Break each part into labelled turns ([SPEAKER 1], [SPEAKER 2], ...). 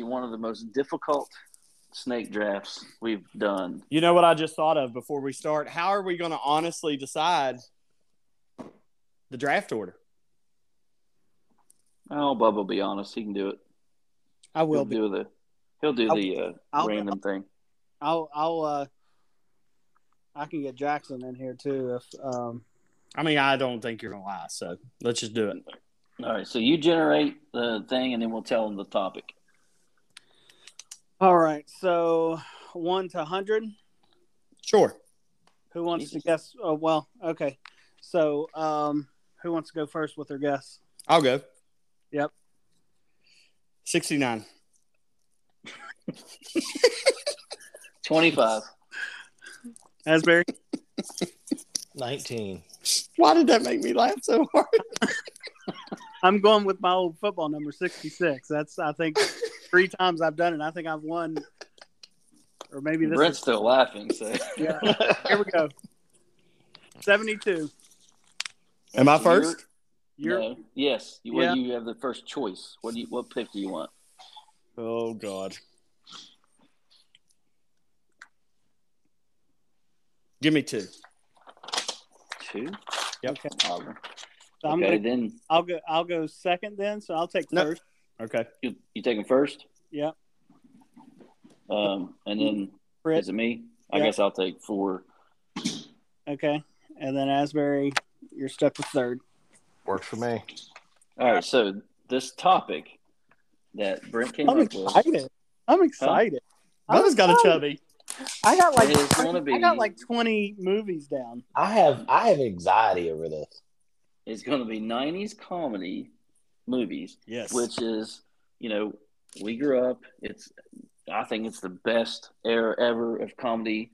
[SPEAKER 1] of the most difficult snake drafts we've done.
[SPEAKER 2] You know what I just thought of before we start? How are we going to honestly decide the draft order?
[SPEAKER 1] Oh, Bubba, will be honest. He can do it.
[SPEAKER 3] I
[SPEAKER 1] He'll
[SPEAKER 3] will be.
[SPEAKER 1] do the. He'll do
[SPEAKER 3] I'll-
[SPEAKER 1] the uh,
[SPEAKER 3] I'll-
[SPEAKER 1] random thing.
[SPEAKER 3] I'll I'll uh I can get Jackson in here too if um
[SPEAKER 2] I mean, I don't think you're going to lie. So let's just do it.
[SPEAKER 1] All right. So you generate the thing, and then we'll tell them the topic.
[SPEAKER 3] all right, so one to hundred.
[SPEAKER 2] Sure.
[SPEAKER 3] Who wants to guess oh well, okay. So um who wants to go first with their guess?
[SPEAKER 2] I'll go.
[SPEAKER 3] Yep.
[SPEAKER 2] 69.
[SPEAKER 1] Twenty-five.
[SPEAKER 3] Asbury.
[SPEAKER 4] 19.
[SPEAKER 2] Why did that make me laugh so hard?
[SPEAKER 3] I'm going with my old football number sixty six. That's I think three times I've done it. I think I've won or maybe this
[SPEAKER 1] Brent's still laughing. So
[SPEAKER 3] is yeah. Here we go. Seventy two.
[SPEAKER 2] Am I first?
[SPEAKER 3] You're
[SPEAKER 1] No. Yes. You, well,
[SPEAKER 3] Yeah.
[SPEAKER 1] you have the first choice. What do you? What pick do you want?
[SPEAKER 2] Oh, God. Give me two.
[SPEAKER 1] Two.
[SPEAKER 2] Yep.
[SPEAKER 3] Okay.
[SPEAKER 1] Auburn.
[SPEAKER 3] so I'm
[SPEAKER 1] okay.
[SPEAKER 3] gonna
[SPEAKER 1] Then
[SPEAKER 3] I'll go I'll go second then, so I'll take
[SPEAKER 2] No.
[SPEAKER 3] first.
[SPEAKER 2] Okay.
[SPEAKER 1] you, you take him first.
[SPEAKER 3] Yep.
[SPEAKER 1] Um, and then
[SPEAKER 3] Britt.
[SPEAKER 1] is it me? I
[SPEAKER 3] Yeah.
[SPEAKER 1] guess I'll take four.
[SPEAKER 3] Okay. And then Asbury, you're stuck with third.
[SPEAKER 4] Works for me.
[SPEAKER 1] All right. So this topic that Brent came
[SPEAKER 3] I'm
[SPEAKER 1] up with
[SPEAKER 3] excited. I'm excited.
[SPEAKER 2] Bubba's got a
[SPEAKER 3] excited.
[SPEAKER 2] chubby.
[SPEAKER 3] I got like
[SPEAKER 1] It is gonna be-
[SPEAKER 3] I got like 20 movies down.
[SPEAKER 4] I have I have anxiety over this.
[SPEAKER 1] is going to be '90s comedy movies.
[SPEAKER 2] Yes.
[SPEAKER 1] which is you know we grew up it's i think it's the best era ever of comedy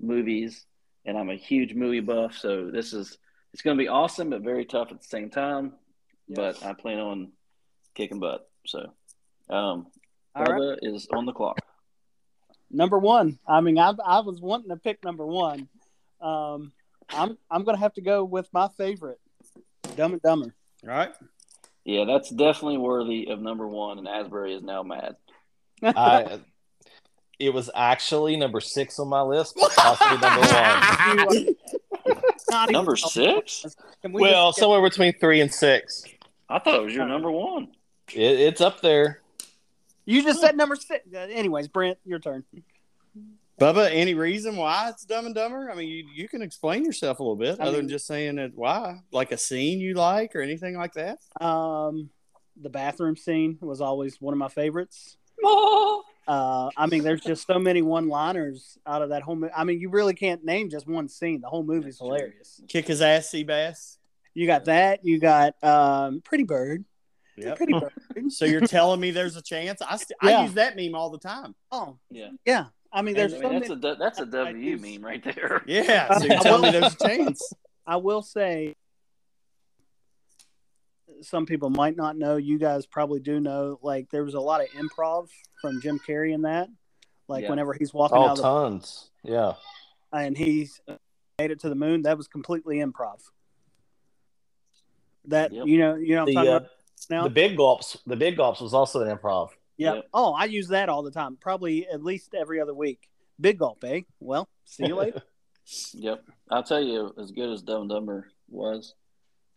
[SPEAKER 1] movies and i'm a huge movie buff so this is it's going to be awesome but very tough at the same time but i plan on kicking butt so um
[SPEAKER 3] All
[SPEAKER 1] Bubba
[SPEAKER 3] right.
[SPEAKER 1] is on the clock
[SPEAKER 3] Number one. I mean, I, I was wanting to pick number one. Um, I'm I'm gonna have to go with my favorite, Dumb and Dumber.
[SPEAKER 2] All right.
[SPEAKER 1] yeah that's definitely worthy of number one and asbury is now mad
[SPEAKER 4] I it was actually number six on my list, but possibly number one.
[SPEAKER 3] Not even-
[SPEAKER 1] number six
[SPEAKER 3] Can we
[SPEAKER 4] Well,
[SPEAKER 3] just-
[SPEAKER 4] somewhere between three and six.
[SPEAKER 1] i thought it was your number one
[SPEAKER 4] It, it's up there.
[SPEAKER 3] you just said number six. Uh, Anyways, Brent, your turn.
[SPEAKER 2] Bubba, any reason why it's Dumb and Dumber? I mean, you, you can explain yourself a little bit,
[SPEAKER 3] I
[SPEAKER 2] other than
[SPEAKER 3] mean-
[SPEAKER 2] just saying that why, like a scene you like or anything like that.
[SPEAKER 3] Um, the bathroom scene was always one of my favorites. Uh, I mean, there's just so many one-liners out of that whole movie. I mean, you really can't name just one scene. The whole movie's hilarious.
[SPEAKER 2] Kick his ass, sea bass.
[SPEAKER 3] You got that. You got um, Pretty Bird.
[SPEAKER 2] Yep.
[SPEAKER 3] Pretty Bird.
[SPEAKER 2] so you're telling me there's a chance? I st- I
[SPEAKER 3] Yeah.
[SPEAKER 2] use that meme all the time.
[SPEAKER 3] Oh,
[SPEAKER 1] yeah
[SPEAKER 3] yeah. I mean, there's
[SPEAKER 1] I mean,
[SPEAKER 3] so
[SPEAKER 1] that's,
[SPEAKER 3] many.
[SPEAKER 1] a, that's a
[SPEAKER 3] I
[SPEAKER 1] w E
[SPEAKER 3] use-
[SPEAKER 1] meme right there
[SPEAKER 2] Yeah. So you're telling me there's a chance?
[SPEAKER 3] I will say, some people might not know. You guys probably do know. Like, there was a lot of improv from Jim Carrey in that. Like,
[SPEAKER 1] Yeah.
[SPEAKER 3] whenever he's walking
[SPEAKER 4] Oh,
[SPEAKER 3] out of the,
[SPEAKER 4] tons. Yeah.
[SPEAKER 3] and he's made it to the moon, that was completely improv. That
[SPEAKER 1] Yep.
[SPEAKER 3] you know, you know, what I'm
[SPEAKER 4] The
[SPEAKER 3] talking
[SPEAKER 4] uh,
[SPEAKER 3] about now.
[SPEAKER 4] the big gulps. The big gulps was also an improv.
[SPEAKER 3] Yeah.
[SPEAKER 1] Yep.
[SPEAKER 3] Oh, I use that all the time. Probably at least every other week. Big gulp, eh? Well, see you later.
[SPEAKER 1] Yep. I'll tell you, as good as Dumb and Dumber was,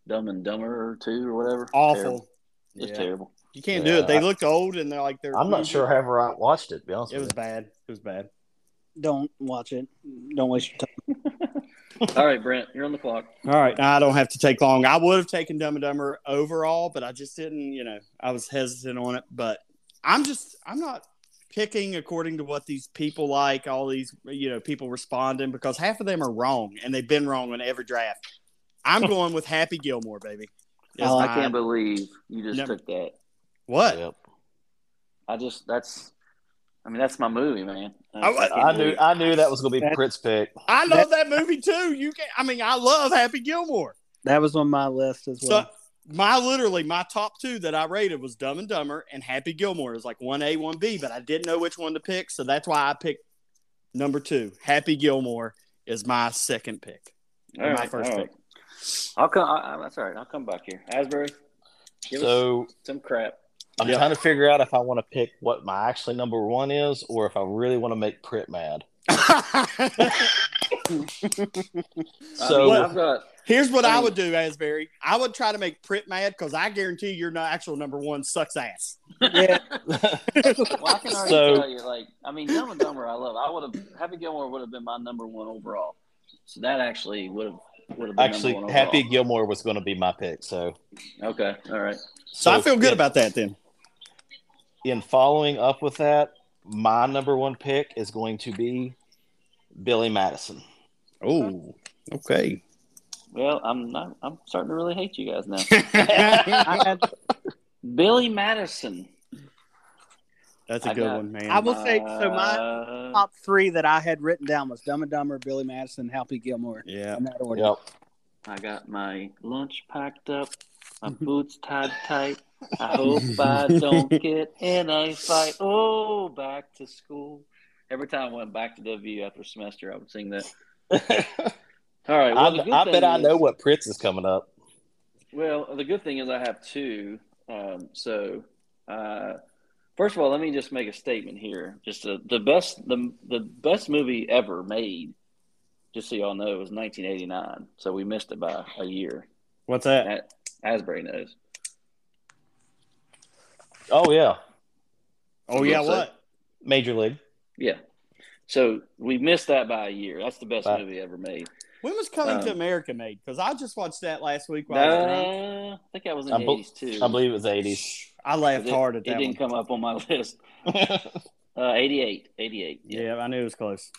[SPEAKER 1] Dumb and Dumber 2 or whatever. Terrible.
[SPEAKER 2] Awful.
[SPEAKER 1] It's
[SPEAKER 2] Yeah.
[SPEAKER 1] terrible.
[SPEAKER 2] You can't do it. They looked old and they're like they're.
[SPEAKER 4] I'm not sure however I watched it. To be honest,
[SPEAKER 2] Mm-hmm. It was
[SPEAKER 4] with you.
[SPEAKER 2] bad. It was bad.
[SPEAKER 3] Don't watch it. Don't waste your time.
[SPEAKER 1] All right, Brent, you're on the clock.
[SPEAKER 2] All right. I don't have to take long. I would have taken Dumb and Dumber overall, but I just didn't, you know, I was hesitant on it. But I'm just, I'm not picking according to what these people like, all these, you know, people responding because half of them are wrong and they've been wrong on every draft. I'm going with Happy Gilmore, baby. Is
[SPEAKER 3] Oh,
[SPEAKER 1] I
[SPEAKER 2] my-
[SPEAKER 1] can't believe you just
[SPEAKER 2] No.
[SPEAKER 1] took that.
[SPEAKER 2] What?
[SPEAKER 4] Yep.
[SPEAKER 1] I just, that's, I mean, that's my movie, man.
[SPEAKER 2] I was-
[SPEAKER 1] can't
[SPEAKER 4] I knew.
[SPEAKER 1] believe-
[SPEAKER 4] I knew that was going to be Pritt's pick.
[SPEAKER 2] I love that movie too. You can I mean, I love Happy Gilmore.
[SPEAKER 3] That was on my list as
[SPEAKER 2] So
[SPEAKER 3] well.
[SPEAKER 2] my literally my top two that I rated was Dumb and Dumber and Happy Gilmore. It was like one A, one B, but I didn't know which one to pick, so that's why I picked number two. Happy Gilmore is my second pick.
[SPEAKER 1] All
[SPEAKER 2] my
[SPEAKER 1] right,
[SPEAKER 2] first
[SPEAKER 1] all right. I'll come, I, I, that's all right. I'll come back here. Asbury, give us
[SPEAKER 4] So
[SPEAKER 1] some crap.
[SPEAKER 4] I'm
[SPEAKER 2] Yeah.
[SPEAKER 4] trying to figure out if I want to pick what my actually number one is, or if I really want to make Pritt mad.
[SPEAKER 1] I
[SPEAKER 4] So
[SPEAKER 2] Uh, What?
[SPEAKER 1] have got
[SPEAKER 2] Here's what I
[SPEAKER 1] I mean-
[SPEAKER 2] would do, Asbury. I would try to make Pritt mad because I guarantee your no- actual number one sucks ass.
[SPEAKER 3] Yeah,
[SPEAKER 1] well, I can already
[SPEAKER 4] So-
[SPEAKER 1] tell you, like, I mean, Dumb and Dumber, I love. I would have Happy Gilmore would have been my number one overall. So that actually would have would have been
[SPEAKER 4] actually,
[SPEAKER 1] number one
[SPEAKER 4] Happy Gilmore was going to be my pick. So,
[SPEAKER 1] overall. Okay, all right.
[SPEAKER 2] So, I feel good
[SPEAKER 4] in-
[SPEAKER 2] about that then.
[SPEAKER 4] in following up with that. My number one pick is going to be Billy Madison.
[SPEAKER 2] Oh, okay.
[SPEAKER 1] Well, I'm not, I'm starting to really hate you guys now.
[SPEAKER 2] That's
[SPEAKER 3] I, had,
[SPEAKER 1] Billy Madison.
[SPEAKER 2] a
[SPEAKER 1] I
[SPEAKER 2] good
[SPEAKER 1] got-
[SPEAKER 2] one, man.
[SPEAKER 3] I will say so. My
[SPEAKER 1] Uh,
[SPEAKER 3] top three that I had written down was Dumb and Dumber, Billy Madison, Happy Gilmore.
[SPEAKER 2] yeah.
[SPEAKER 3] In that order.
[SPEAKER 4] Yep.
[SPEAKER 1] I got my lunch packed up, my
[SPEAKER 4] Mm-hmm.
[SPEAKER 1] boots tied tight. I hope I don't get in a fight. Oh, back to school. Every time I went back to W after semester, I would sing that. All right. Well, the
[SPEAKER 4] I,
[SPEAKER 1] good
[SPEAKER 4] I
[SPEAKER 1] thing
[SPEAKER 4] bet I
[SPEAKER 1] is-
[SPEAKER 4] know what Pritz is coming up.
[SPEAKER 1] Well, the good thing is I have two. Um, so, uh, first of all, let me just make a statement here. Just the, the best the the best movie ever made. Just so y'all know, was 1989. So we missed it by a year.
[SPEAKER 2] What's that?
[SPEAKER 1] That Asbury knows.
[SPEAKER 4] Oh yeah,
[SPEAKER 2] Oh yeah,
[SPEAKER 1] What's
[SPEAKER 2] what?
[SPEAKER 4] Major League.
[SPEAKER 1] Yeah. So we missed that by a year. That's the best
[SPEAKER 4] Wow.
[SPEAKER 1] movie ever made.
[SPEAKER 2] When was Coming to
[SPEAKER 1] Um,
[SPEAKER 2] America made? Because I just watched that last week
[SPEAKER 1] Uh,
[SPEAKER 2] while I was drunk.
[SPEAKER 1] I think I was in
[SPEAKER 4] I
[SPEAKER 1] the
[SPEAKER 4] bel-
[SPEAKER 1] 80s too.
[SPEAKER 4] I believe it was '80s.
[SPEAKER 2] I laughed
[SPEAKER 1] It-
[SPEAKER 2] hard at
[SPEAKER 1] It
[SPEAKER 2] that one.
[SPEAKER 1] didn't come up on my list. Uh, 88. 88.
[SPEAKER 2] Yeah. I knew it was close.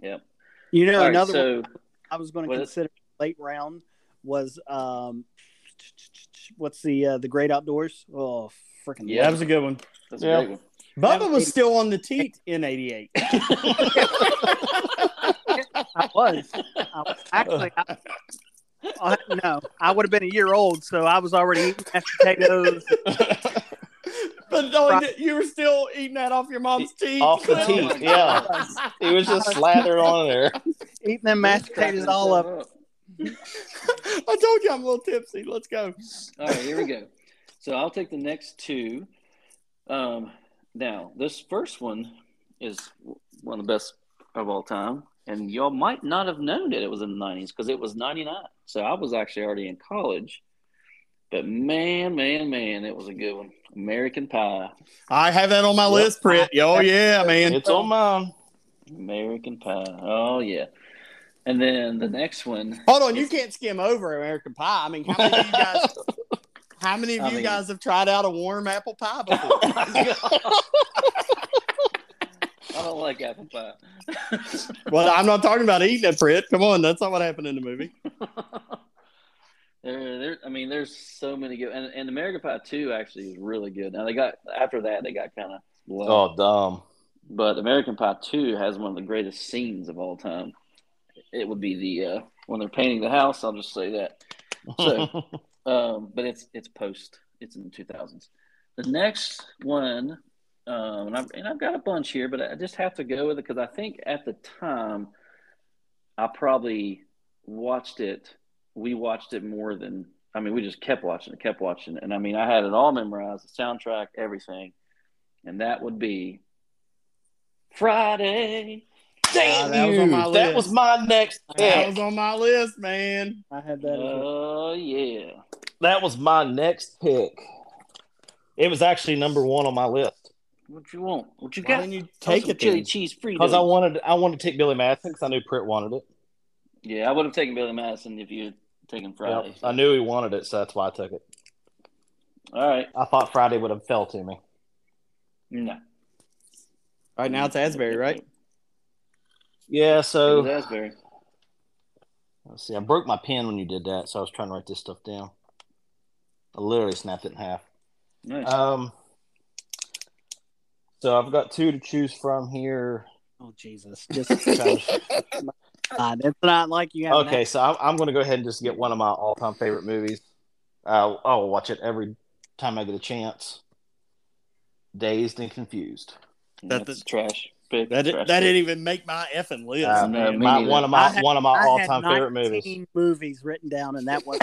[SPEAKER 1] Yep.
[SPEAKER 3] You know,
[SPEAKER 1] All right,
[SPEAKER 3] another one
[SPEAKER 1] so,
[SPEAKER 3] I was going to
[SPEAKER 1] What is-
[SPEAKER 3] consider late round was um, what's the uh, the Great Outdoors? Oh, freaking
[SPEAKER 1] Yeah.
[SPEAKER 2] That was a good one.
[SPEAKER 1] that's
[SPEAKER 4] Yeah.
[SPEAKER 1] a great one.
[SPEAKER 2] Bubba was still on the teat in '88.
[SPEAKER 3] I was. I was actually, I, uh, no, I would have been a year old, so I was already eating mashed potatoes.
[SPEAKER 2] but no, you were still eating that off your mom's teat.
[SPEAKER 4] Off the
[SPEAKER 1] Oh
[SPEAKER 4] teeth,
[SPEAKER 1] my
[SPEAKER 4] yeah.
[SPEAKER 1] God.
[SPEAKER 4] It was just slathered on there.
[SPEAKER 3] Eating them mashed potatoes all up.
[SPEAKER 2] I told you I'm a little tipsy. Let's go.
[SPEAKER 1] All right, here we go. So I'll take the next two. Um, now, this first one is one of the best of all time. And y'all might not have known that it was in the 90s because it was 99. So I was actually already in college. But man, man, man, it was a good one. American Pie.
[SPEAKER 2] I have that on my
[SPEAKER 4] Yep.
[SPEAKER 2] list, Britt. Oh yeah, man.
[SPEAKER 4] It's on mine.
[SPEAKER 1] American Pie. Oh, yeah. And then the next one.
[SPEAKER 2] Hold on, you can't skim over American Pie. I mean, how many of you guys? How many of
[SPEAKER 1] I
[SPEAKER 2] you
[SPEAKER 1] mean-
[SPEAKER 2] guys have tried out a warm apple pie before?
[SPEAKER 1] Oh I don't like apple pie.
[SPEAKER 2] well, I'm not talking about eating it, Britt. Come on, that's not what happened in the movie.
[SPEAKER 1] there, there. I mean, there's so many good, and, and American Pie Two actually is really good. Now they got after that they got kind of low,
[SPEAKER 4] Oh, dumb.
[SPEAKER 1] but American Pie Two has one of the greatest scenes of all time. It would be the uh, when they're painting the house. I'll just say that. So- Um, but it's it's post. It's in the 2000s. The next one, um, and, I've, and I've got a bunch here, but I just have to go with it because I think at the time, I probably watched it. We watched it more than I mean, we just kept watching it, kept watching it, and I mean, I had it all memorized, the soundtrack, everything, and that would be Friday.
[SPEAKER 4] Damn
[SPEAKER 2] that was
[SPEAKER 4] you.
[SPEAKER 2] on my list.
[SPEAKER 4] That was my next
[SPEAKER 2] That
[SPEAKER 4] pick.
[SPEAKER 2] was on my list, man.
[SPEAKER 3] I had that. as well.
[SPEAKER 1] Oh yeah.
[SPEAKER 4] That was my next pick. It was actually number one on my list
[SPEAKER 1] What you want? What you
[SPEAKER 2] Why
[SPEAKER 1] got? Oh,
[SPEAKER 2] didn't you take
[SPEAKER 1] Some
[SPEAKER 2] it
[SPEAKER 1] chili
[SPEAKER 2] then?
[SPEAKER 1] cheese Fritos.
[SPEAKER 4] because I wanted I wanted to take Billy Madison because I knew Pritt wanted it.
[SPEAKER 1] Yeah, I would have taken Billy Madison if you had taken Friday.
[SPEAKER 4] Yep. I knew he wanted it, so that's why I took it.
[SPEAKER 1] All right.
[SPEAKER 4] I thought Friday would have fell to me.
[SPEAKER 1] No.
[SPEAKER 2] Right now it's Asbury, right?
[SPEAKER 4] Yeah. So
[SPEAKER 1] It was Asbury.
[SPEAKER 4] Let's see. I broke my pen when you did that, so I was trying to write this stuff down. I literally snapped it in half.
[SPEAKER 1] Nice.
[SPEAKER 4] Um, so I've got two to choose from here.
[SPEAKER 3] Oh Jesus! Just God, it's not like you have.
[SPEAKER 4] Okay, so I'm, I'm going to go ahead and just get one of my all-time favorite movies. I'll, I'll watch it every time I get a chance. Dazed and Confused.
[SPEAKER 1] that's
[SPEAKER 2] that-
[SPEAKER 1] trash. Big
[SPEAKER 2] That,
[SPEAKER 1] trash
[SPEAKER 2] that
[SPEAKER 1] pick.
[SPEAKER 2] didn't even make my effing list.
[SPEAKER 4] Uh,
[SPEAKER 1] no, me
[SPEAKER 2] man.
[SPEAKER 4] My,
[SPEAKER 1] neither.
[SPEAKER 4] one of my
[SPEAKER 3] I had-
[SPEAKER 4] one of my
[SPEAKER 3] I had
[SPEAKER 4] all-time favorite movies.
[SPEAKER 3] 19 movies written down, and that was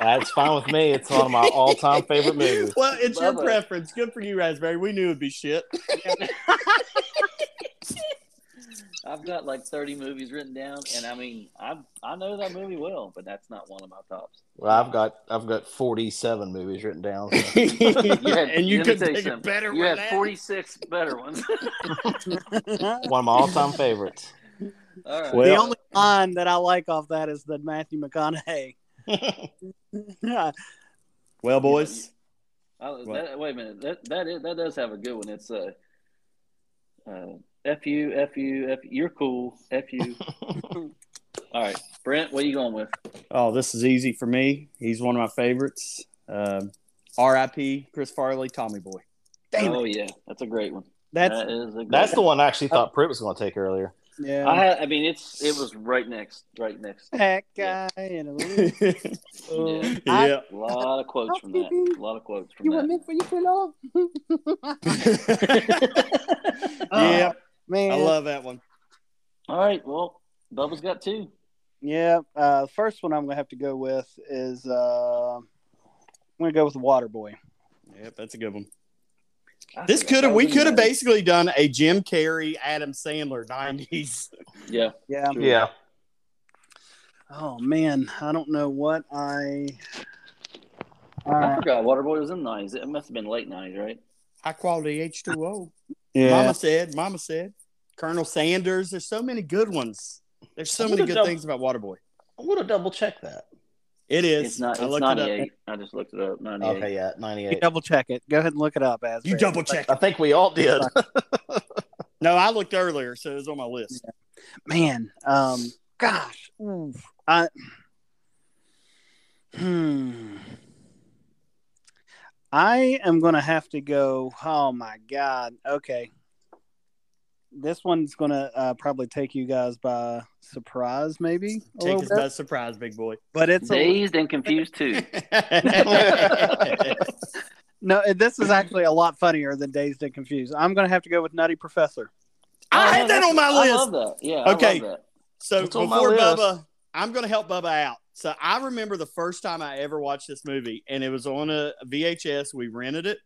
[SPEAKER 4] That's fine with me. It's one of my all-time favorite movies.
[SPEAKER 2] Well, it's
[SPEAKER 1] Love
[SPEAKER 2] your
[SPEAKER 1] it.
[SPEAKER 2] preference. Good for you, Raspberry. We knew it'd be shit.
[SPEAKER 1] I've got like 30 movies written down, and I mean, I I know that movie well, but that's not one of my tops.
[SPEAKER 4] Well, I've got I've got 47 movies written down. so-
[SPEAKER 1] had-
[SPEAKER 2] and you
[SPEAKER 1] let me
[SPEAKER 2] could
[SPEAKER 1] tell you
[SPEAKER 2] pick a
[SPEAKER 1] something.
[SPEAKER 2] better
[SPEAKER 1] You
[SPEAKER 2] one.
[SPEAKER 1] had
[SPEAKER 2] than-
[SPEAKER 1] 46 better ones.
[SPEAKER 3] the
[SPEAKER 4] one of my all-time favorites.
[SPEAKER 1] All right.
[SPEAKER 2] Well-
[SPEAKER 3] only line that I like off that is the Matthew McConaughey.
[SPEAKER 2] Well, boys,
[SPEAKER 1] Oh,
[SPEAKER 2] What?
[SPEAKER 1] that, wait a minute. That that is, that does have a good one. It's uh, uh, f you, f you, f you're cool, f you. All right, Brent, what are you going with?
[SPEAKER 2] oh, this is easy for me. He's one of my favorites. Um, R.I.P. Chris Farley, Tommy Boy.
[SPEAKER 3] Damn it.
[SPEAKER 1] oh yeah, that's a great one.
[SPEAKER 3] That's
[SPEAKER 1] That is a great
[SPEAKER 4] That's the
[SPEAKER 1] one.
[SPEAKER 4] one I actually thought Pritt was going to take earlier.
[SPEAKER 3] yeah.
[SPEAKER 1] I had, I mean, it's it was right next, right next.
[SPEAKER 3] that guy and a little.
[SPEAKER 2] yeah.
[SPEAKER 1] Yeah.
[SPEAKER 3] I-
[SPEAKER 1] A lot of quotes from that. A lot of quotes from
[SPEAKER 3] You were
[SPEAKER 1] that.
[SPEAKER 3] meant for you for love.
[SPEAKER 1] Oh,
[SPEAKER 2] yeah,
[SPEAKER 3] Man.
[SPEAKER 2] I love that one.
[SPEAKER 1] All right, well, Bubba's got two.
[SPEAKER 3] Yeah. Uh, first one I'm going to have to go with is uh, I'm going to go with Waterboy.
[SPEAKER 2] Yep, that's a good one.
[SPEAKER 1] I
[SPEAKER 2] This
[SPEAKER 1] forgot
[SPEAKER 2] could have
[SPEAKER 1] that
[SPEAKER 2] we
[SPEAKER 1] was
[SPEAKER 2] could
[SPEAKER 1] in
[SPEAKER 2] have
[SPEAKER 1] there.
[SPEAKER 2] basically done a Jim Carrey, Adam Sandler '90s.
[SPEAKER 1] Yeah,
[SPEAKER 3] Yeah.
[SPEAKER 1] True.
[SPEAKER 4] Yeah.
[SPEAKER 3] Oh, man. I don't know what I. All
[SPEAKER 1] I
[SPEAKER 3] right.
[SPEAKER 1] forgot Waterboy was in the nineties. It must have been late nineties, right?
[SPEAKER 2] High quality H2O.
[SPEAKER 3] Yeah.
[SPEAKER 2] Mama said. Mama said. Colonel Sanders. There's so many good ones. There's so
[SPEAKER 4] I
[SPEAKER 2] many
[SPEAKER 4] would've
[SPEAKER 2] good
[SPEAKER 4] done-
[SPEAKER 2] things about Waterboy.
[SPEAKER 4] I would have double checked that.
[SPEAKER 2] It is.
[SPEAKER 1] It's not.
[SPEAKER 2] I
[SPEAKER 1] It's
[SPEAKER 2] looked
[SPEAKER 1] ninety
[SPEAKER 2] it up.
[SPEAKER 1] eight. I just looked it up. Ninety eight.
[SPEAKER 4] Okay, yeah,
[SPEAKER 3] You
[SPEAKER 4] 98.
[SPEAKER 3] double check it. Go ahead and look it up, as
[SPEAKER 2] You double check.
[SPEAKER 4] I think we all did.
[SPEAKER 2] No, I looked earlier, so it was on my list.
[SPEAKER 3] man. Um, gosh, oof, I, hmm, I am gonna have to go. Oh my god. Okay, this one's gonna uh, probably take you guys by surprise, maybe a
[SPEAKER 2] Take
[SPEAKER 3] little
[SPEAKER 2] us
[SPEAKER 3] bit.
[SPEAKER 2] by surprise, big boy.
[SPEAKER 3] But it's a,
[SPEAKER 1] Dazed and confused too.
[SPEAKER 3] no. This is actually a lot funnier than Dazed and Confused. I'm gonna have to go with Nutty Professor.
[SPEAKER 2] I
[SPEAKER 1] Oh,
[SPEAKER 2] had
[SPEAKER 1] no,
[SPEAKER 2] that on my
[SPEAKER 1] I
[SPEAKER 2] list.
[SPEAKER 1] love that. Yeah.
[SPEAKER 2] Okay.
[SPEAKER 1] I love that.
[SPEAKER 2] So
[SPEAKER 4] It's on my
[SPEAKER 2] before
[SPEAKER 4] list.
[SPEAKER 2] Bubba, I'm going to help Bubba out. So I remember the first time I ever watched this movie, and it was on a VHS. We rented it,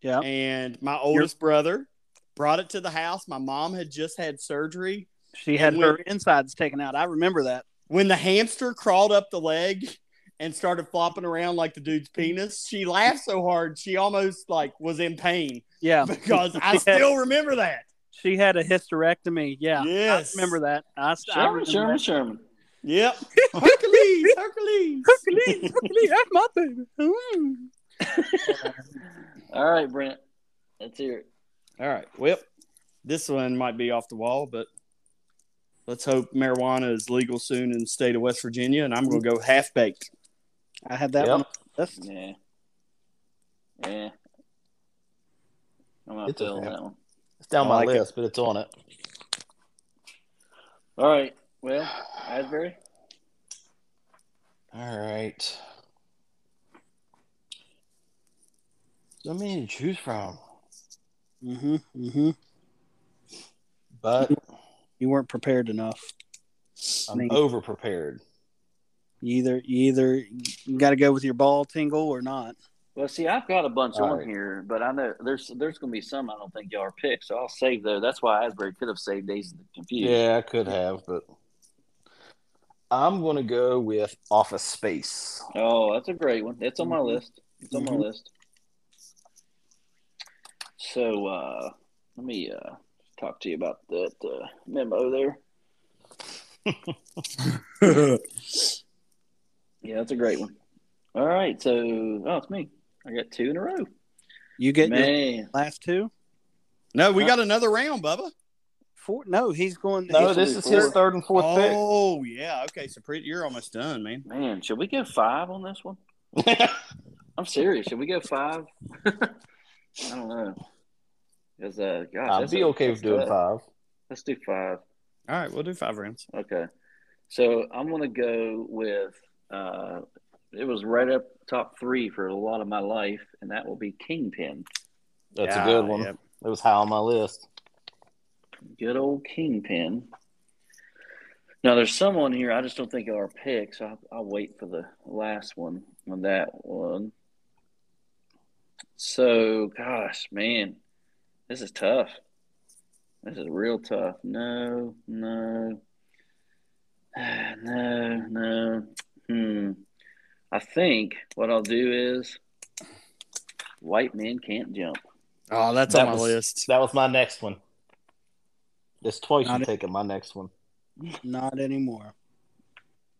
[SPEAKER 3] Yeah.
[SPEAKER 2] and my oldest brother brought it to the house. My mom had just had surgery.
[SPEAKER 3] She had
[SPEAKER 2] And
[SPEAKER 3] her
[SPEAKER 2] when-
[SPEAKER 3] insides taken out. I remember that.
[SPEAKER 2] When the hamster crawled up the leg and started flopping around like the dude's penis, she laughed so hard she almost like was in pain
[SPEAKER 3] Yeah.
[SPEAKER 2] because I
[SPEAKER 3] Yes.
[SPEAKER 2] still remember that.
[SPEAKER 3] She had a hysterectomy. Yeah.
[SPEAKER 2] Yes.
[SPEAKER 3] I remember that. I, st- I
[SPEAKER 1] Sherman,
[SPEAKER 3] remember
[SPEAKER 1] Sherman,
[SPEAKER 3] that.
[SPEAKER 1] Sherman.
[SPEAKER 2] Yep. Hercules, Hercules.
[SPEAKER 3] Hercules, Hercules, that's my baby. Mm.
[SPEAKER 1] All right, Brent. Let's hear it.
[SPEAKER 2] All right. Well, this one might be off the wall, but let's hope marijuana is legal soon in the state of West Virginia. And I'm going to go half baked.
[SPEAKER 3] I had that
[SPEAKER 4] Yep.
[SPEAKER 3] one. That's-
[SPEAKER 1] Yeah. Yeah. I'm gonna
[SPEAKER 4] It's a
[SPEAKER 1] fail
[SPEAKER 4] fail.
[SPEAKER 1] that one.
[SPEAKER 4] It's down
[SPEAKER 2] I
[SPEAKER 4] my
[SPEAKER 2] like it.
[SPEAKER 4] list, but it's on it.
[SPEAKER 1] All right. Well, Asbury.
[SPEAKER 4] All right. So many to choose from,
[SPEAKER 3] Mhm, mhm.
[SPEAKER 4] but
[SPEAKER 3] You weren't prepared enough.
[SPEAKER 4] I'm
[SPEAKER 3] Thank you.
[SPEAKER 4] over prepared.
[SPEAKER 3] You either, you either you got to go with your ball tingle or not.
[SPEAKER 1] Well, see, I've got a bunch
[SPEAKER 4] All
[SPEAKER 1] on
[SPEAKER 4] right.
[SPEAKER 1] here, but I know there's there's gonna be some I don't think y'all are picked, so I'll save those. That's why Asbury could have saved Days of the Confused.
[SPEAKER 4] Yeah, I could have, but I'm going to go with Office Space.
[SPEAKER 1] Oh, that's a great one. It's on my list. It's on
[SPEAKER 3] Mhm.
[SPEAKER 1] my list. So uh, let me uh, talk to you about that uh, memo there. Yeah, that's a great one. All right, so oh, it's me. I got two in a row.
[SPEAKER 3] You get your
[SPEAKER 1] Man,
[SPEAKER 3] last two?
[SPEAKER 2] no, we got another round, Bubba.
[SPEAKER 3] Four? No, he's going.
[SPEAKER 4] No,
[SPEAKER 3] he's-
[SPEAKER 4] this is his third and fourth
[SPEAKER 2] Oh, yeah. Okay. So pretty, you're almost done, man.
[SPEAKER 1] man, should we go five on this one?
[SPEAKER 4] pick.
[SPEAKER 1] I'm serious. Should we go five? I don't know. Because uh, gosh,
[SPEAKER 4] I'd
[SPEAKER 1] that's
[SPEAKER 4] be
[SPEAKER 1] a-
[SPEAKER 4] okay with
[SPEAKER 1] that's
[SPEAKER 4] doing
[SPEAKER 1] tough.
[SPEAKER 4] five.
[SPEAKER 1] Let's do five.
[SPEAKER 2] All right. We'll do five rounds.
[SPEAKER 1] Okay. So I'm going to go with uh, it was right up top three for a lot of my life, and that will be Kingpin.
[SPEAKER 4] That's
[SPEAKER 2] Yeah,
[SPEAKER 4] a good one.
[SPEAKER 2] yeah.
[SPEAKER 4] It was high on my list.
[SPEAKER 1] Good old Kingpin. Now, there's some on here I just don't think are picks. So I'll, I'll wait for the last one. on that one. So, gosh, man, this is tough. This is real tough. No, no, no, no. Hmm. I think what I'll do is white men can't jump.
[SPEAKER 2] Oh, that's
[SPEAKER 4] That
[SPEAKER 2] on my
[SPEAKER 4] was-
[SPEAKER 2] list.
[SPEAKER 4] That was my next one. That's twice
[SPEAKER 3] Got
[SPEAKER 4] you've
[SPEAKER 3] it.
[SPEAKER 4] taken my next one.
[SPEAKER 3] Not anymore.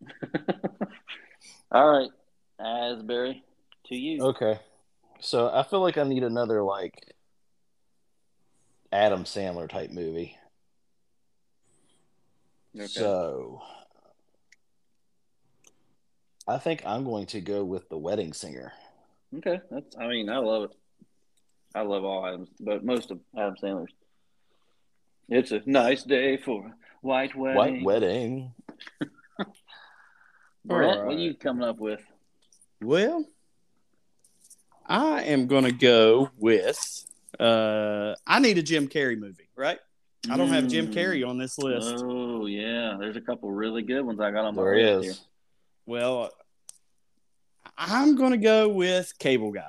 [SPEAKER 1] All right, Asbury, to you.
[SPEAKER 4] Okay. So I feel like I need another like Adam Sandler type movie.
[SPEAKER 1] Okay.
[SPEAKER 4] So I think I'm going to go with The Wedding Singer.
[SPEAKER 1] Okay, that's. I mean, I love it. I love all Adams, but most of Adam Sandler's. It's a nice day for a white wedding.
[SPEAKER 4] White Wedding.
[SPEAKER 1] Brett,
[SPEAKER 2] All
[SPEAKER 1] what are
[SPEAKER 2] right.
[SPEAKER 1] you coming up with?
[SPEAKER 2] Well, I am gonna go with. Uh, I need a Jim Carrey movie, right? I don't have Jim
[SPEAKER 1] Mm.
[SPEAKER 2] Carrey on this list.
[SPEAKER 1] Oh yeah, there's a couple really good ones I got on my
[SPEAKER 4] There
[SPEAKER 1] list
[SPEAKER 4] he is.
[SPEAKER 2] Well, I'm gonna go with Cable Guy.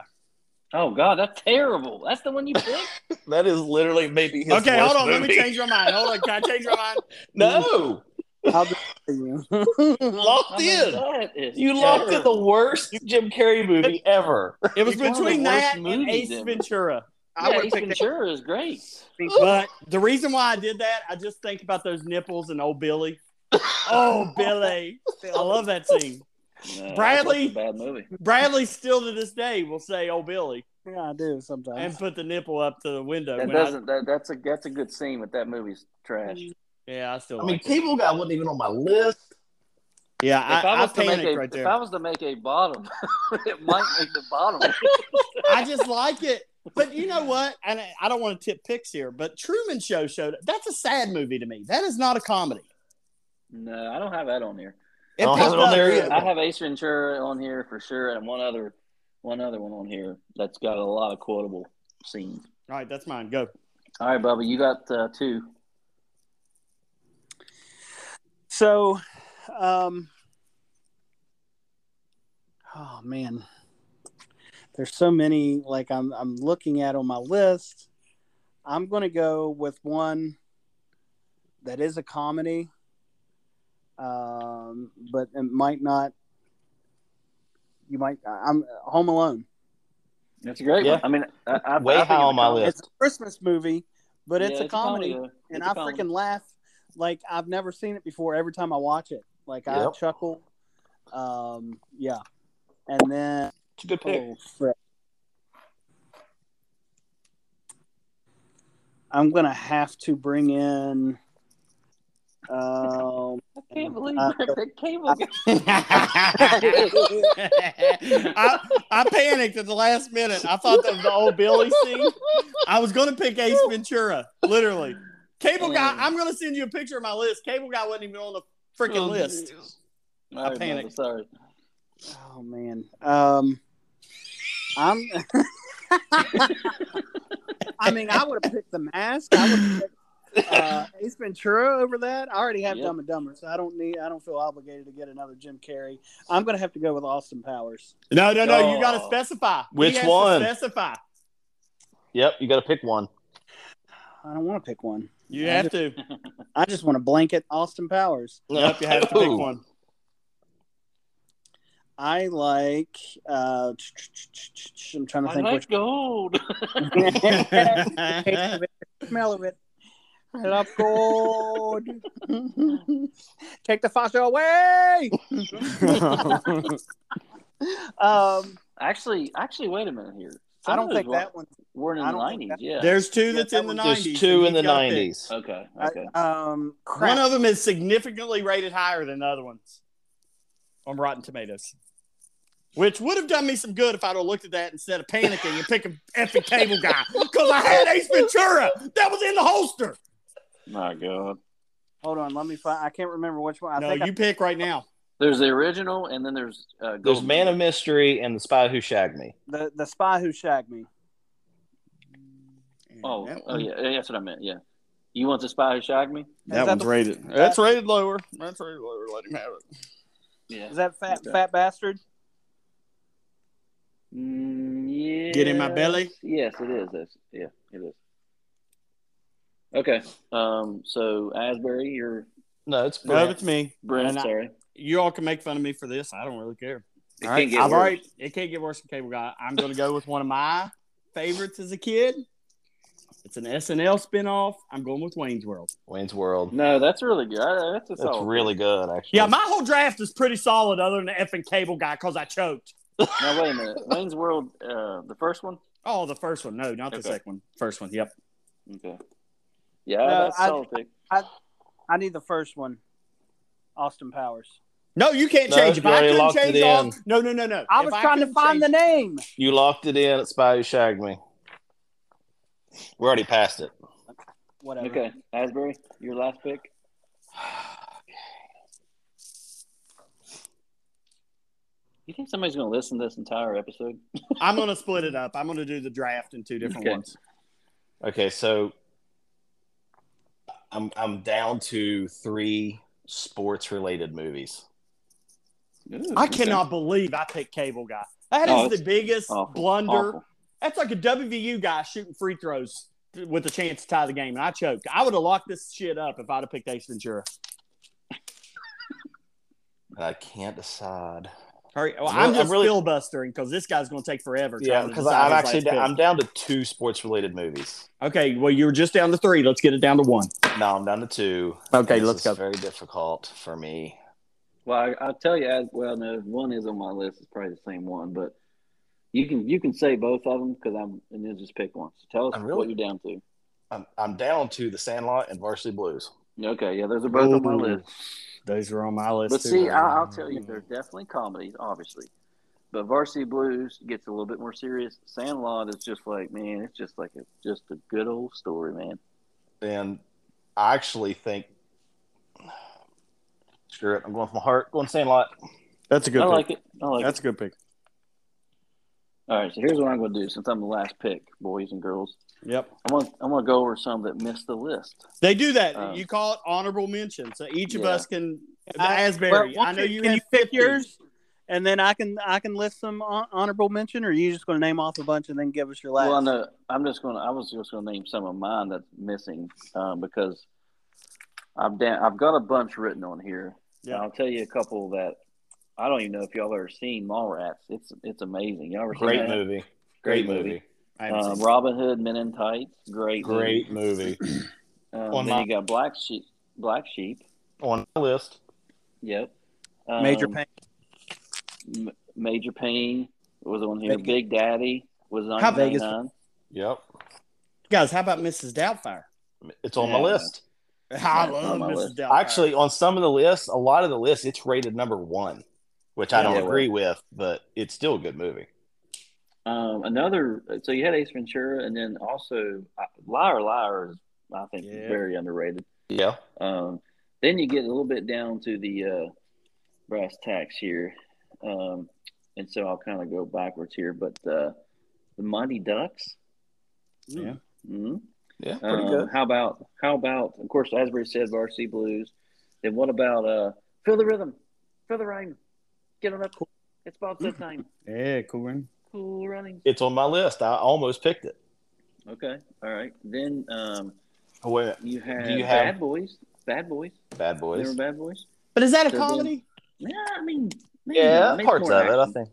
[SPEAKER 1] here. Oh god, that's terrible. That's the one you picked.
[SPEAKER 4] That is literally maybe his
[SPEAKER 2] okay, hold
[SPEAKER 4] worst
[SPEAKER 2] on. Let me
[SPEAKER 4] movie.
[SPEAKER 2] change my mind. Hold on. Can I change my mind? Mm-hmm.
[SPEAKER 4] No,
[SPEAKER 3] I'll just tell you.
[SPEAKER 4] locked
[SPEAKER 1] I mean,
[SPEAKER 4] in.
[SPEAKER 1] that is
[SPEAKER 4] You locked in
[SPEAKER 1] terrible.
[SPEAKER 4] the worst Jim Carrey movie ever.
[SPEAKER 2] It was
[SPEAKER 1] It's one of the
[SPEAKER 2] between
[SPEAKER 1] worst
[SPEAKER 2] that and
[SPEAKER 1] movies
[SPEAKER 2] Ace
[SPEAKER 1] ever.
[SPEAKER 2] Ventura. I
[SPEAKER 1] Yeah,
[SPEAKER 2] would
[SPEAKER 1] Ace
[SPEAKER 2] pick that.
[SPEAKER 1] Ventura is great.
[SPEAKER 2] But the reason why I did that, I just think about those nipples and old Billy. Oh, Billy. I love that scene.
[SPEAKER 1] No, that's
[SPEAKER 2] Bradley-
[SPEAKER 1] a bad movie.
[SPEAKER 2] Bradley still to this day will say, oh, Billy,
[SPEAKER 3] yeah, I do
[SPEAKER 2] and
[SPEAKER 3] sometimes.
[SPEAKER 2] put the nipple up to the window.
[SPEAKER 1] That
[SPEAKER 2] when I-
[SPEAKER 1] doesn't. That, that's a that's a good scene, but that movie's trash.
[SPEAKER 3] Mm.
[SPEAKER 2] yeah, I still
[SPEAKER 4] I mean,
[SPEAKER 2] like it.
[SPEAKER 4] Cable Guy wasn't even on my list.
[SPEAKER 2] Yeah,
[SPEAKER 1] If
[SPEAKER 2] I,
[SPEAKER 1] I,
[SPEAKER 2] I,
[SPEAKER 1] was to make
[SPEAKER 2] panicked
[SPEAKER 1] a,
[SPEAKER 2] right
[SPEAKER 1] if
[SPEAKER 2] there.
[SPEAKER 1] I
[SPEAKER 2] I,
[SPEAKER 1] was to make a bottom, it might make the bottom.
[SPEAKER 2] just like it. But you know what? And I- I don't want to tip picks here, but Truman Show showed That's a sad movie to me. That is not a comedy.
[SPEAKER 1] no, I don't have that on here.
[SPEAKER 2] It
[SPEAKER 4] Don't have
[SPEAKER 2] popped
[SPEAKER 4] it on
[SPEAKER 2] up.
[SPEAKER 4] there either.
[SPEAKER 1] I have Ace Ventura on here for sure, and one other, one other one on here that's got a lot of quotable scenes.
[SPEAKER 2] All right, that's mine. Go.
[SPEAKER 1] All right, Bubba, you got uh, two.
[SPEAKER 3] So, um, oh man, there's so many. Like I'm, I'm looking at on my list. I'm gonna go with one that is a comedy, um, but it might not. You might. I'm Home Alone.
[SPEAKER 1] That's a great
[SPEAKER 4] Yeah.
[SPEAKER 1] one. I mean, I, I,
[SPEAKER 4] Way
[SPEAKER 1] I think
[SPEAKER 4] high
[SPEAKER 1] it's
[SPEAKER 4] on
[SPEAKER 1] a
[SPEAKER 4] my
[SPEAKER 1] comedy.
[SPEAKER 4] list.
[SPEAKER 3] It's a Christmas movie, but
[SPEAKER 1] Yeah,
[SPEAKER 3] it's, a comedy.
[SPEAKER 1] though.
[SPEAKER 3] and
[SPEAKER 1] It's
[SPEAKER 3] I
[SPEAKER 1] a comedy.
[SPEAKER 3] freaking laugh like I've never seen it before every time I watch it. Like
[SPEAKER 4] Yep.
[SPEAKER 3] I chuckle. Um, yeah. And then
[SPEAKER 4] It's a good pick.
[SPEAKER 3] oh, frick. I'm gonna have to bring in um
[SPEAKER 1] I can't believe
[SPEAKER 3] Uh,
[SPEAKER 1] that that cable. guy.
[SPEAKER 2] I, I panicked at the last minute. I thought that was the old Billy scene. I was going to pick Ace Ventura, literally. Cable Guy,
[SPEAKER 1] Oh.
[SPEAKER 2] I'm going to send you a picture of my list. Cable Guy wasn't even on the
[SPEAKER 1] Oh,
[SPEAKER 2] freaking list.
[SPEAKER 1] All right, Bubba,
[SPEAKER 2] panicked.
[SPEAKER 1] Sorry.
[SPEAKER 3] oh man. Um I'm I mean I would have picked the mask. I would have uh, Ace Ventura over that. I already have
[SPEAKER 1] Yep.
[SPEAKER 3] Dumb and Dumber, so I don't need. I don't feel obligated to get another Jim Carrey. I'm gonna have to go with Austin Powers.
[SPEAKER 2] No, no, no. You got to
[SPEAKER 1] Oh.
[SPEAKER 2] specify. He
[SPEAKER 4] Which
[SPEAKER 2] has to
[SPEAKER 4] one?
[SPEAKER 2] specify.
[SPEAKER 4] Yep, you got to pick one.
[SPEAKER 3] I don't want to pick one.
[SPEAKER 2] You
[SPEAKER 3] I
[SPEAKER 2] have to.
[SPEAKER 3] I just want to blanket Austin Powers.
[SPEAKER 2] Yep, you have to pick one.
[SPEAKER 3] I like. Uh, I'm trying to
[SPEAKER 1] I
[SPEAKER 3] think
[SPEAKER 1] like gold.
[SPEAKER 3] which. Smell of it. I love gold. Take the fossil away. Um,
[SPEAKER 1] Actually, actually, wait a minute here.
[SPEAKER 3] I don't
[SPEAKER 1] Some of
[SPEAKER 3] think
[SPEAKER 1] those
[SPEAKER 3] that one.
[SPEAKER 1] were in the
[SPEAKER 3] I don't
[SPEAKER 1] nineties.
[SPEAKER 3] think that-
[SPEAKER 1] Yeah.
[SPEAKER 2] There's two
[SPEAKER 3] Yeah,
[SPEAKER 2] that's in the
[SPEAKER 3] that
[SPEAKER 2] 90s.
[SPEAKER 4] There's two
[SPEAKER 2] and
[SPEAKER 4] in the
[SPEAKER 2] you gotta pick.
[SPEAKER 4] nineties.
[SPEAKER 1] Okay.
[SPEAKER 3] I-
[SPEAKER 1] Okay.
[SPEAKER 3] um, crap.
[SPEAKER 2] One of them is significantly rated higher than the other ones on Rotten Tomatoes, which would have done me some good if I'd have looked at that instead of panicking and picking effing cable guy because I had Ace Ventura that was in the holster.
[SPEAKER 1] My God.
[SPEAKER 3] Hold on, let me find. I can't remember which one. I
[SPEAKER 2] no,
[SPEAKER 3] think I-
[SPEAKER 2] you pick right now.
[SPEAKER 1] There's the original, and then there's uh, gold.
[SPEAKER 4] There's Man of Mystery and The Spy Who Shagged Me.
[SPEAKER 3] the the spy who shagged me.
[SPEAKER 1] Oh,
[SPEAKER 2] That
[SPEAKER 1] oh
[SPEAKER 2] one-
[SPEAKER 1] yeah, yeah, that's what I meant. Yeah. You want the spy who shagged me?
[SPEAKER 3] Is that the-
[SPEAKER 2] rated. That's rated lower. That's rated lower. Let him have it.
[SPEAKER 1] Yeah.
[SPEAKER 3] Is that fat
[SPEAKER 1] Okay.
[SPEAKER 3] fat bastard?
[SPEAKER 1] Mm,
[SPEAKER 2] Get in my belly?
[SPEAKER 1] Yes, it is. That's, yeah, it is. Okay. Um, so Asbury, you're
[SPEAKER 4] No, it's
[SPEAKER 2] No,
[SPEAKER 4] Brent.
[SPEAKER 2] it's me.
[SPEAKER 1] Brent.
[SPEAKER 2] And I-
[SPEAKER 1] sorry,
[SPEAKER 2] you all can make fun of me for this. I don't really care.
[SPEAKER 1] It
[SPEAKER 2] All
[SPEAKER 1] can't
[SPEAKER 2] right.
[SPEAKER 1] get
[SPEAKER 2] I've
[SPEAKER 1] worse.
[SPEAKER 2] already, it can't get worse than Cable Guy. I'm going to go with one of my favorites as a kid. It's an SNL spinoff. I'm going with Wayne's World.
[SPEAKER 4] Wayne's World.
[SPEAKER 1] No, that's really good. I- That's, a
[SPEAKER 4] That's
[SPEAKER 1] solid
[SPEAKER 4] really good, actually.
[SPEAKER 2] Yeah, my whole draft is pretty solid other than the effing Cable Guy because I choked.
[SPEAKER 1] pick. Now wait a minute. Wayne's World, uh, the first one.
[SPEAKER 2] Oh, the first one. No, not the
[SPEAKER 1] Okay.
[SPEAKER 2] second one. First one. Yep.
[SPEAKER 1] Okay. Yeah,
[SPEAKER 3] No,
[SPEAKER 1] that's a
[SPEAKER 3] I-
[SPEAKER 1] solid pick.
[SPEAKER 3] I need the first one, Austin Powers.
[SPEAKER 2] No, you can't
[SPEAKER 4] No,
[SPEAKER 2] change. If
[SPEAKER 4] you
[SPEAKER 2] I
[SPEAKER 4] already
[SPEAKER 2] couldn't
[SPEAKER 4] locked
[SPEAKER 2] change
[SPEAKER 4] it
[SPEAKER 2] all,
[SPEAKER 4] in.
[SPEAKER 2] no, no, no, no.
[SPEAKER 3] I
[SPEAKER 2] If
[SPEAKER 3] was trying to
[SPEAKER 2] couldn't
[SPEAKER 3] find the
[SPEAKER 2] change-
[SPEAKER 3] name.
[SPEAKER 4] You locked it in at Spy Who Shagged Me. We're already past it.
[SPEAKER 3] Whatever.
[SPEAKER 1] Okay, Asbury, your last pick. You think somebody's going to listen to this entire episode?
[SPEAKER 2] I'm going to split it up. I'm going to do the draft in two different
[SPEAKER 1] Okay.
[SPEAKER 2] ones.
[SPEAKER 4] Okay, so I'm I'm down to three sports related movies.
[SPEAKER 1] Ooh,
[SPEAKER 2] I
[SPEAKER 1] okay.
[SPEAKER 2] cannot believe I picked Cable Guy. That is
[SPEAKER 1] Oh, it's
[SPEAKER 2] the biggest
[SPEAKER 1] awful,
[SPEAKER 2] blunder.
[SPEAKER 1] Awful.
[SPEAKER 2] That's like a WVU guy shooting free throws with a chance to tie the game, and I choked. I would have locked this shit up if I'd have picked Ace Ventura.
[SPEAKER 4] And I can't decide.
[SPEAKER 2] Hurry, well,
[SPEAKER 4] Well,
[SPEAKER 2] I'm just
[SPEAKER 4] I'm really-
[SPEAKER 2] filibustering because this guy's going to take forever.
[SPEAKER 4] Yeah,
[SPEAKER 2] trying to
[SPEAKER 4] because
[SPEAKER 2] decide
[SPEAKER 4] I'm
[SPEAKER 2] his
[SPEAKER 4] actually
[SPEAKER 2] last
[SPEAKER 4] I'm down to two sports related movies.
[SPEAKER 2] pick. okay. Well, you were just down to three. Let's get it down to one.
[SPEAKER 4] No, I'm down to two.
[SPEAKER 2] Okay,
[SPEAKER 4] This
[SPEAKER 2] let's
[SPEAKER 4] is
[SPEAKER 2] go.
[SPEAKER 4] Very difficult for me.
[SPEAKER 1] Well, I, I'll tell you. As well, no, one is on my list. It's probably the same one, but you can you can say both of them because I'm and then just pick one. So tell us
[SPEAKER 4] I'm really-
[SPEAKER 1] what you're down to.
[SPEAKER 4] I'm, I'm down to The Sandlot and Varsity Blues.
[SPEAKER 1] Okay, yeah, those are both on my
[SPEAKER 2] Ooh.
[SPEAKER 1] list.
[SPEAKER 2] Those are on my list.
[SPEAKER 1] But
[SPEAKER 2] too.
[SPEAKER 1] see, I, I'll tell you, they're definitely comedies, obviously. But Varsity Blues gets a little bit more serious. Sandlot is just like, man, it's just like a just a good old story, man.
[SPEAKER 4] And I actually think screw it. I'm going with my heart. Going Sandlot.
[SPEAKER 2] that's a good.
[SPEAKER 1] I
[SPEAKER 2] pick.
[SPEAKER 1] like it. I like
[SPEAKER 2] that's a good pick.
[SPEAKER 1] it. All right, so here's what I'm going to do since I'm the last pick, boys and girls.
[SPEAKER 2] Yep.
[SPEAKER 1] I'm going to I'm going to go over some that missed the list.
[SPEAKER 2] They do that.
[SPEAKER 1] Um,
[SPEAKER 2] you call it honorable mention, so each of
[SPEAKER 1] Yeah.
[SPEAKER 2] us can.
[SPEAKER 3] I-
[SPEAKER 2] Asbury,
[SPEAKER 3] Well,
[SPEAKER 2] I know you
[SPEAKER 3] can
[SPEAKER 2] had
[SPEAKER 3] you pick
[SPEAKER 2] 50.
[SPEAKER 3] yours, and then I can I can list some hon- honorable mention, or are you just going to name off a bunch and then give us your last?
[SPEAKER 1] Well, no, I'm just going to I was just going to name some of mine that's missing um, because I've da- I've got a bunch written on here.
[SPEAKER 2] Yeah.
[SPEAKER 1] And I'll tell you a couple that I don't even know if y'all ever seen Mallrats. It's it's amazing. Y'all ever seen
[SPEAKER 4] Great
[SPEAKER 1] that?
[SPEAKER 4] movie.
[SPEAKER 1] Great
[SPEAKER 4] Great
[SPEAKER 1] movie.
[SPEAKER 4] movie.
[SPEAKER 2] I haven't
[SPEAKER 1] Um,
[SPEAKER 2] seen
[SPEAKER 1] Robin Hood, Men in Tights, great, movie.
[SPEAKER 4] Great movie.
[SPEAKER 1] Um,
[SPEAKER 4] On
[SPEAKER 1] then
[SPEAKER 4] my-
[SPEAKER 1] you got Black Sheep, Black Sheep.
[SPEAKER 4] On my list.
[SPEAKER 1] Yep.
[SPEAKER 3] one.
[SPEAKER 1] Um,
[SPEAKER 3] Major Pain.
[SPEAKER 1] M- Major Pain was on here.
[SPEAKER 3] Big-
[SPEAKER 1] Big Daddy was on
[SPEAKER 2] How big is-
[SPEAKER 4] Yep.
[SPEAKER 2] Guys, how about Mrs. Doubtfire?
[SPEAKER 4] It's on
[SPEAKER 1] Yeah.
[SPEAKER 4] my list.
[SPEAKER 2] I
[SPEAKER 1] Yeah,
[SPEAKER 2] love
[SPEAKER 1] on my
[SPEAKER 2] Mrs.
[SPEAKER 1] list.
[SPEAKER 2] Doubtfire.
[SPEAKER 4] Actually, on some of the lists, a lot of the lists, it's rated number one, which I
[SPEAKER 1] Yeah,
[SPEAKER 4] don't
[SPEAKER 1] yeah,
[SPEAKER 4] agree with, but it's still a good movie.
[SPEAKER 1] Um, another. So you had Ace Ventura, and then also uh, Liar Liar is, I think,
[SPEAKER 2] Yeah.
[SPEAKER 1] very underrated.
[SPEAKER 4] Yeah.
[SPEAKER 1] Um, then you get a little bit down to the uh, brass tacks here, um, and so I'll kind of go backwards here. But uh, the Mighty Ducks.
[SPEAKER 2] Yeah.
[SPEAKER 1] hmm
[SPEAKER 4] Yeah. Pretty
[SPEAKER 1] Um,
[SPEAKER 4] good.
[SPEAKER 1] How about how about of course Asbury said varsity blues. Then what about uh feel the rhythm, feel the rhyme, get on up. It's Bob Sutton's time.
[SPEAKER 2] yeah, cool. man.
[SPEAKER 1] Cool running.
[SPEAKER 4] It's on my list. I almost picked it.
[SPEAKER 1] Okay, all right. Then um
[SPEAKER 4] Oh, wait a minute.
[SPEAKER 1] you have,
[SPEAKER 4] you have-
[SPEAKER 1] Bad Boys. Bad Boys.
[SPEAKER 4] Bad Boys.
[SPEAKER 1] Remember Bad Boys?
[SPEAKER 2] But is that a
[SPEAKER 1] So
[SPEAKER 2] comedy?
[SPEAKER 1] Yeah, I mean, maybe,
[SPEAKER 4] Yeah,
[SPEAKER 1] maybe
[SPEAKER 4] parts
[SPEAKER 1] more
[SPEAKER 4] of it, I
[SPEAKER 1] action.
[SPEAKER 4] think.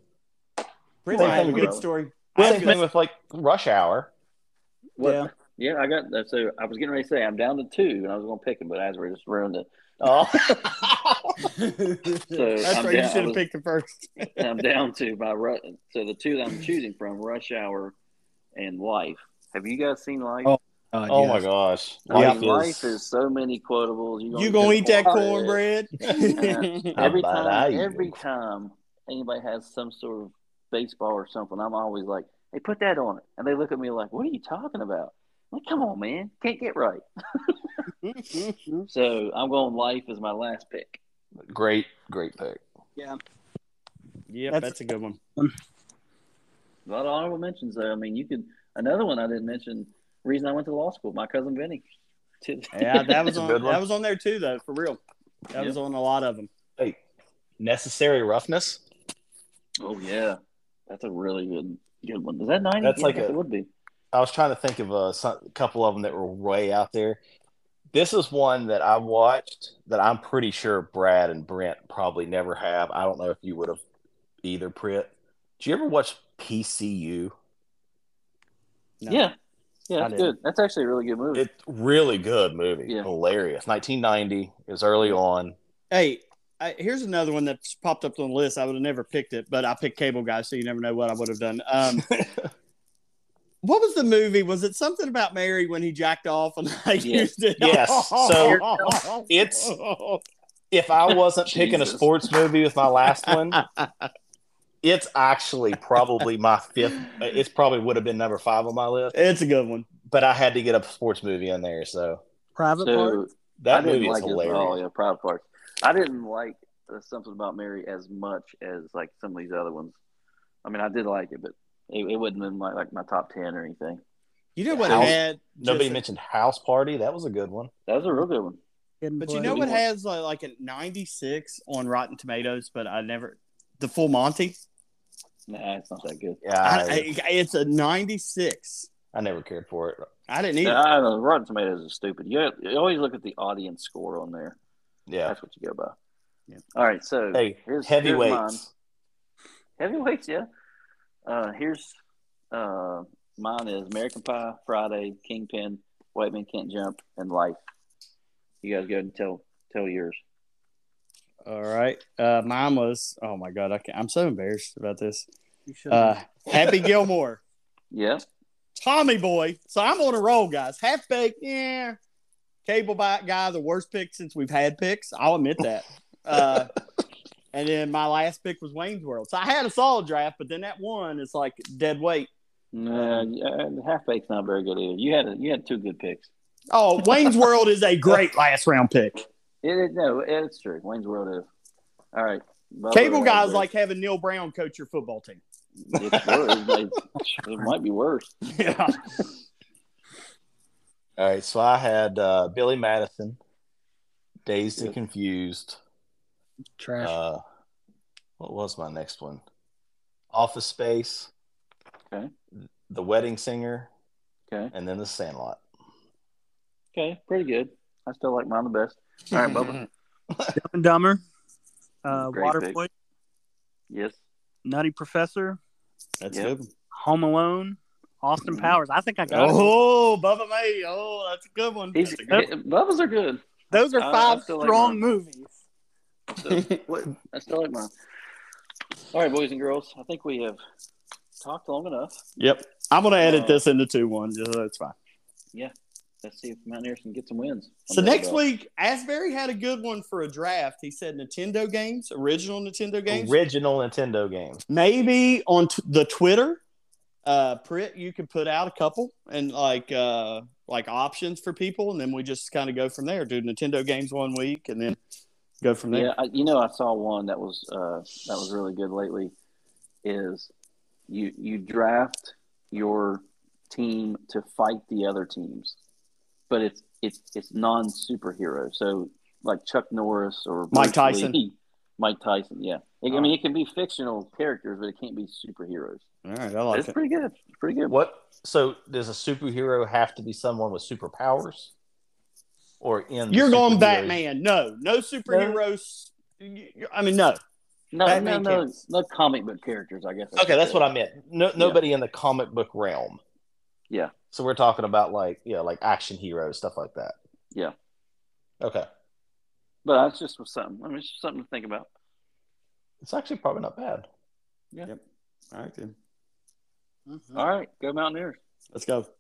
[SPEAKER 2] Really, I have a
[SPEAKER 1] Same
[SPEAKER 2] good
[SPEAKER 1] thing.
[SPEAKER 2] story. I
[SPEAKER 4] Same
[SPEAKER 2] have
[SPEAKER 4] thing
[SPEAKER 2] good-
[SPEAKER 4] with like Rush Hour.
[SPEAKER 1] What-
[SPEAKER 3] Yeah.
[SPEAKER 1] yeah, I got that. So I was getting ready to say I'm down to two, and I was going to pick him, but Asbury just ruined it.
[SPEAKER 4] Oh,
[SPEAKER 1] So
[SPEAKER 2] That's
[SPEAKER 1] I'm
[SPEAKER 2] right. You
[SPEAKER 1] down- I
[SPEAKER 2] should have
[SPEAKER 1] was-
[SPEAKER 2] picked the first.
[SPEAKER 1] And I'm down to my Ru- so the two that I'm choosing from Rush Hour and Life. Have you guys seen Life?
[SPEAKER 3] Oh,
[SPEAKER 4] oh my gosh.
[SPEAKER 1] I
[SPEAKER 4] Life
[SPEAKER 1] mean, life is so many quotables.
[SPEAKER 2] You gonna eat that
[SPEAKER 1] cornbread.
[SPEAKER 2] cornbread?
[SPEAKER 4] How
[SPEAKER 1] Every
[SPEAKER 4] about
[SPEAKER 1] time,
[SPEAKER 4] I
[SPEAKER 1] every
[SPEAKER 4] eat
[SPEAKER 1] time anybody has some sort of baseball or something, I'm always like, "Hey, put that on it," and they look at me like, "What are you talking about?" I'm like, come on, man, can't get right. So I'm going. Life is my last pick.
[SPEAKER 4] Great, great pick.
[SPEAKER 2] yep,
[SPEAKER 3] That's-
[SPEAKER 2] that's a good one.
[SPEAKER 1] A lot of honorable mentions though. I mean, you could another one I didn't mention. Reason I went to law school, my cousin Vinny.
[SPEAKER 2] Yeah, that was
[SPEAKER 4] That's a
[SPEAKER 2] on.
[SPEAKER 4] good one.
[SPEAKER 2] That was on there too, though, for real. That was on a lot of them.
[SPEAKER 4] Necessary Roughness.
[SPEAKER 1] oh yeah, That's a really good good one. Is that ninety?
[SPEAKER 4] That's like
[SPEAKER 1] guess
[SPEAKER 4] a-
[SPEAKER 1] it would be.
[SPEAKER 4] I was trying to think of a, some- a couple of them that were way out there. This is one that I watched that I'm pretty sure Brad and Brent probably never have. I don't know if you would have either, Brent. Did you ever watch PCU?
[SPEAKER 2] No.
[SPEAKER 1] Yeah, yeah,
[SPEAKER 2] I
[SPEAKER 1] that's
[SPEAKER 2] didn't.
[SPEAKER 1] good. That's actually a really good movie.
[SPEAKER 4] It's really good movie.
[SPEAKER 1] Yeah.
[SPEAKER 4] Hilarious. 1990 is early on.
[SPEAKER 2] Hey, I, here's another one that's popped up on the list. I would have never picked it, but I picked Cable Guy, so you never know what I would have done. Um, what was the movie? Was it something about Mary when he jacked off and I
[SPEAKER 1] Yes.
[SPEAKER 2] used it?
[SPEAKER 4] Yes.
[SPEAKER 2] So
[SPEAKER 4] it's- If I wasn't picking a
[SPEAKER 1] Jesus.
[SPEAKER 4] sports movie with my last one, it's actually probably my fifth. It's probably would have been number five on my list,
[SPEAKER 2] it's a good one.
[SPEAKER 4] but I had to get a sports movie in there. So
[SPEAKER 3] Private part.
[SPEAKER 1] so I
[SPEAKER 4] that
[SPEAKER 1] didn't
[SPEAKER 4] movie
[SPEAKER 1] like
[SPEAKER 4] is
[SPEAKER 1] it at
[SPEAKER 4] hilarious.
[SPEAKER 1] all, yeah, Private Parts. I didn't like uh, something about Mary as much as like some of these other ones. I mean, I did like it, but it, it wouldn't have been like, like my top ten or anything.
[SPEAKER 2] You know what
[SPEAKER 4] House-
[SPEAKER 2] had
[SPEAKER 4] Nobody
[SPEAKER 2] just-
[SPEAKER 4] mentioned House Party. That was a good one.
[SPEAKER 1] That was a real good one.
[SPEAKER 3] Hidden
[SPEAKER 2] But you
[SPEAKER 3] Blade.
[SPEAKER 2] know
[SPEAKER 1] But-
[SPEAKER 2] what has like, like a 96 on Rotten Tomatoes, but I never the Full Monty.
[SPEAKER 1] Nah, it's not that good.
[SPEAKER 4] Yeah, I,
[SPEAKER 2] I, I, it's a 96.
[SPEAKER 4] I never cared for it.
[SPEAKER 2] I didn't
[SPEAKER 1] Yeah,
[SPEAKER 2] either.
[SPEAKER 1] I don't know. Rotten Tomatoes is stupid. You, you always look at the audience score on there.
[SPEAKER 4] Yeah.
[SPEAKER 1] That's what you go by.
[SPEAKER 2] Yeah.
[SPEAKER 1] All right, so
[SPEAKER 4] Hey,
[SPEAKER 1] here's- here's mine.
[SPEAKER 4] heavyweights.
[SPEAKER 1] Heavyweights, yeah. Uh, here's uh, mine is American Pie, Friday, Kingpin, White Man Can't Jump, and Life. You guys go ahead and tell tell yours.
[SPEAKER 2] All right. Uh, mine was, oh my God, I can't, I'm so embarrassed about this.
[SPEAKER 3] You should.
[SPEAKER 2] Uh, Happy Gilmore,
[SPEAKER 1] Yeah,
[SPEAKER 2] Tommy Boy. So I'm on a roll, guys. Half baked, yeah. Cable bite guy, the worst pick since we've had picks. I'll admit that. Uh, and then my last pick was Wayne's World. So I had a solid draft, but then that one is like dead weight.
[SPEAKER 1] uh, yeah, Half Baked's not very good either. You had you had two good picks.
[SPEAKER 2] Oh, Wayne's World is a great last round pick.
[SPEAKER 1] It, it, no, it's true. Wayne's World is all right. Bubba
[SPEAKER 2] Cable
[SPEAKER 1] Ray
[SPEAKER 2] guys
[SPEAKER 1] Bird.
[SPEAKER 2] like having Neil Brown coach your football team.
[SPEAKER 1] it's worse. It's- it might be worse.
[SPEAKER 2] Yeah.
[SPEAKER 4] All right, so I had uh, Billy Madison, Dazed
[SPEAKER 1] Yeah.
[SPEAKER 4] and Confused.
[SPEAKER 3] Trash.
[SPEAKER 4] Uh, what was my next one? Office Space.
[SPEAKER 1] Okay.
[SPEAKER 4] The Wedding Singer,
[SPEAKER 1] Okay,
[SPEAKER 4] and then The Sandlot.
[SPEAKER 1] okay, pretty good. I still like mine the best. All right, Bubba.
[SPEAKER 3] Dumb and Dumber. Uh,
[SPEAKER 1] Great pick.
[SPEAKER 3] Waterboy.
[SPEAKER 1] Yes.
[SPEAKER 3] Nutty Professor.
[SPEAKER 2] That's
[SPEAKER 1] Yeah.
[SPEAKER 2] good. one.
[SPEAKER 3] Home Alone. Austin
[SPEAKER 1] Mhm.
[SPEAKER 3] Powers. I think I got it.
[SPEAKER 2] Oh, Bubba May. Oh, that's a good one.
[SPEAKER 1] He's,
[SPEAKER 2] That's a good
[SPEAKER 1] Bubba's are good.
[SPEAKER 3] Those are
[SPEAKER 1] I- I
[SPEAKER 3] five
[SPEAKER 1] feel like
[SPEAKER 3] strong
[SPEAKER 1] mine.
[SPEAKER 3] movies.
[SPEAKER 1] So, what, I still like mine. All right, boys and girls, I think we have talked long enough.
[SPEAKER 2] Yep. I'm going to
[SPEAKER 1] Uh,
[SPEAKER 2] edit this into two ones. Yeah, That's fine.
[SPEAKER 1] Let's see if Mountaineers can get some wins.
[SPEAKER 2] So next week, Asbury had a good one for a draft. He said Nintendo games, original Nintendo games.
[SPEAKER 4] Original Nintendo games.
[SPEAKER 2] Maybe on t- the Twitter, uh, Prit, you could put out a couple and like uh, like options for people, and then we just kind of go from there. Do Nintendo games one week, and then go from there.
[SPEAKER 1] yeah, I, you know, I saw one that was uh, that was really good lately. Is you you draft your team to fight the other teams, but it's it's it's non superhero. So like Chuck Norris or
[SPEAKER 2] Mike
[SPEAKER 1] Bruce
[SPEAKER 2] Tyson.
[SPEAKER 1] Lee, Mike Tyson, yeah. I mean, it can be fictional characters, but it can't be superheroes.
[SPEAKER 2] All right, I like
[SPEAKER 1] it's
[SPEAKER 2] it.
[SPEAKER 1] pretty good. It's pretty good.
[SPEAKER 4] What? So does a superhero have to be someone with superpowers? Or in the
[SPEAKER 2] You're going
[SPEAKER 4] superheroes?
[SPEAKER 2] Batman. No, no superheroes. You- you- I mean, no.
[SPEAKER 1] No,
[SPEAKER 2] Batman
[SPEAKER 1] no, no,
[SPEAKER 2] counts.
[SPEAKER 1] no comic book characters. I guess.
[SPEAKER 4] Okay, that's what I meant. No, nobody in the comic book realm.
[SPEAKER 1] Yeah.
[SPEAKER 4] So we're talking about like yeah, like action heroes, stuff like that.
[SPEAKER 1] Yeah.
[SPEAKER 4] Okay,
[SPEAKER 1] But that's just was something. I mean, it's just something to think about.
[SPEAKER 4] it's actually probably not bad.
[SPEAKER 2] All right, then.
[SPEAKER 3] Mm-hmm.
[SPEAKER 1] All right, go Mountaineers.
[SPEAKER 2] Let's go.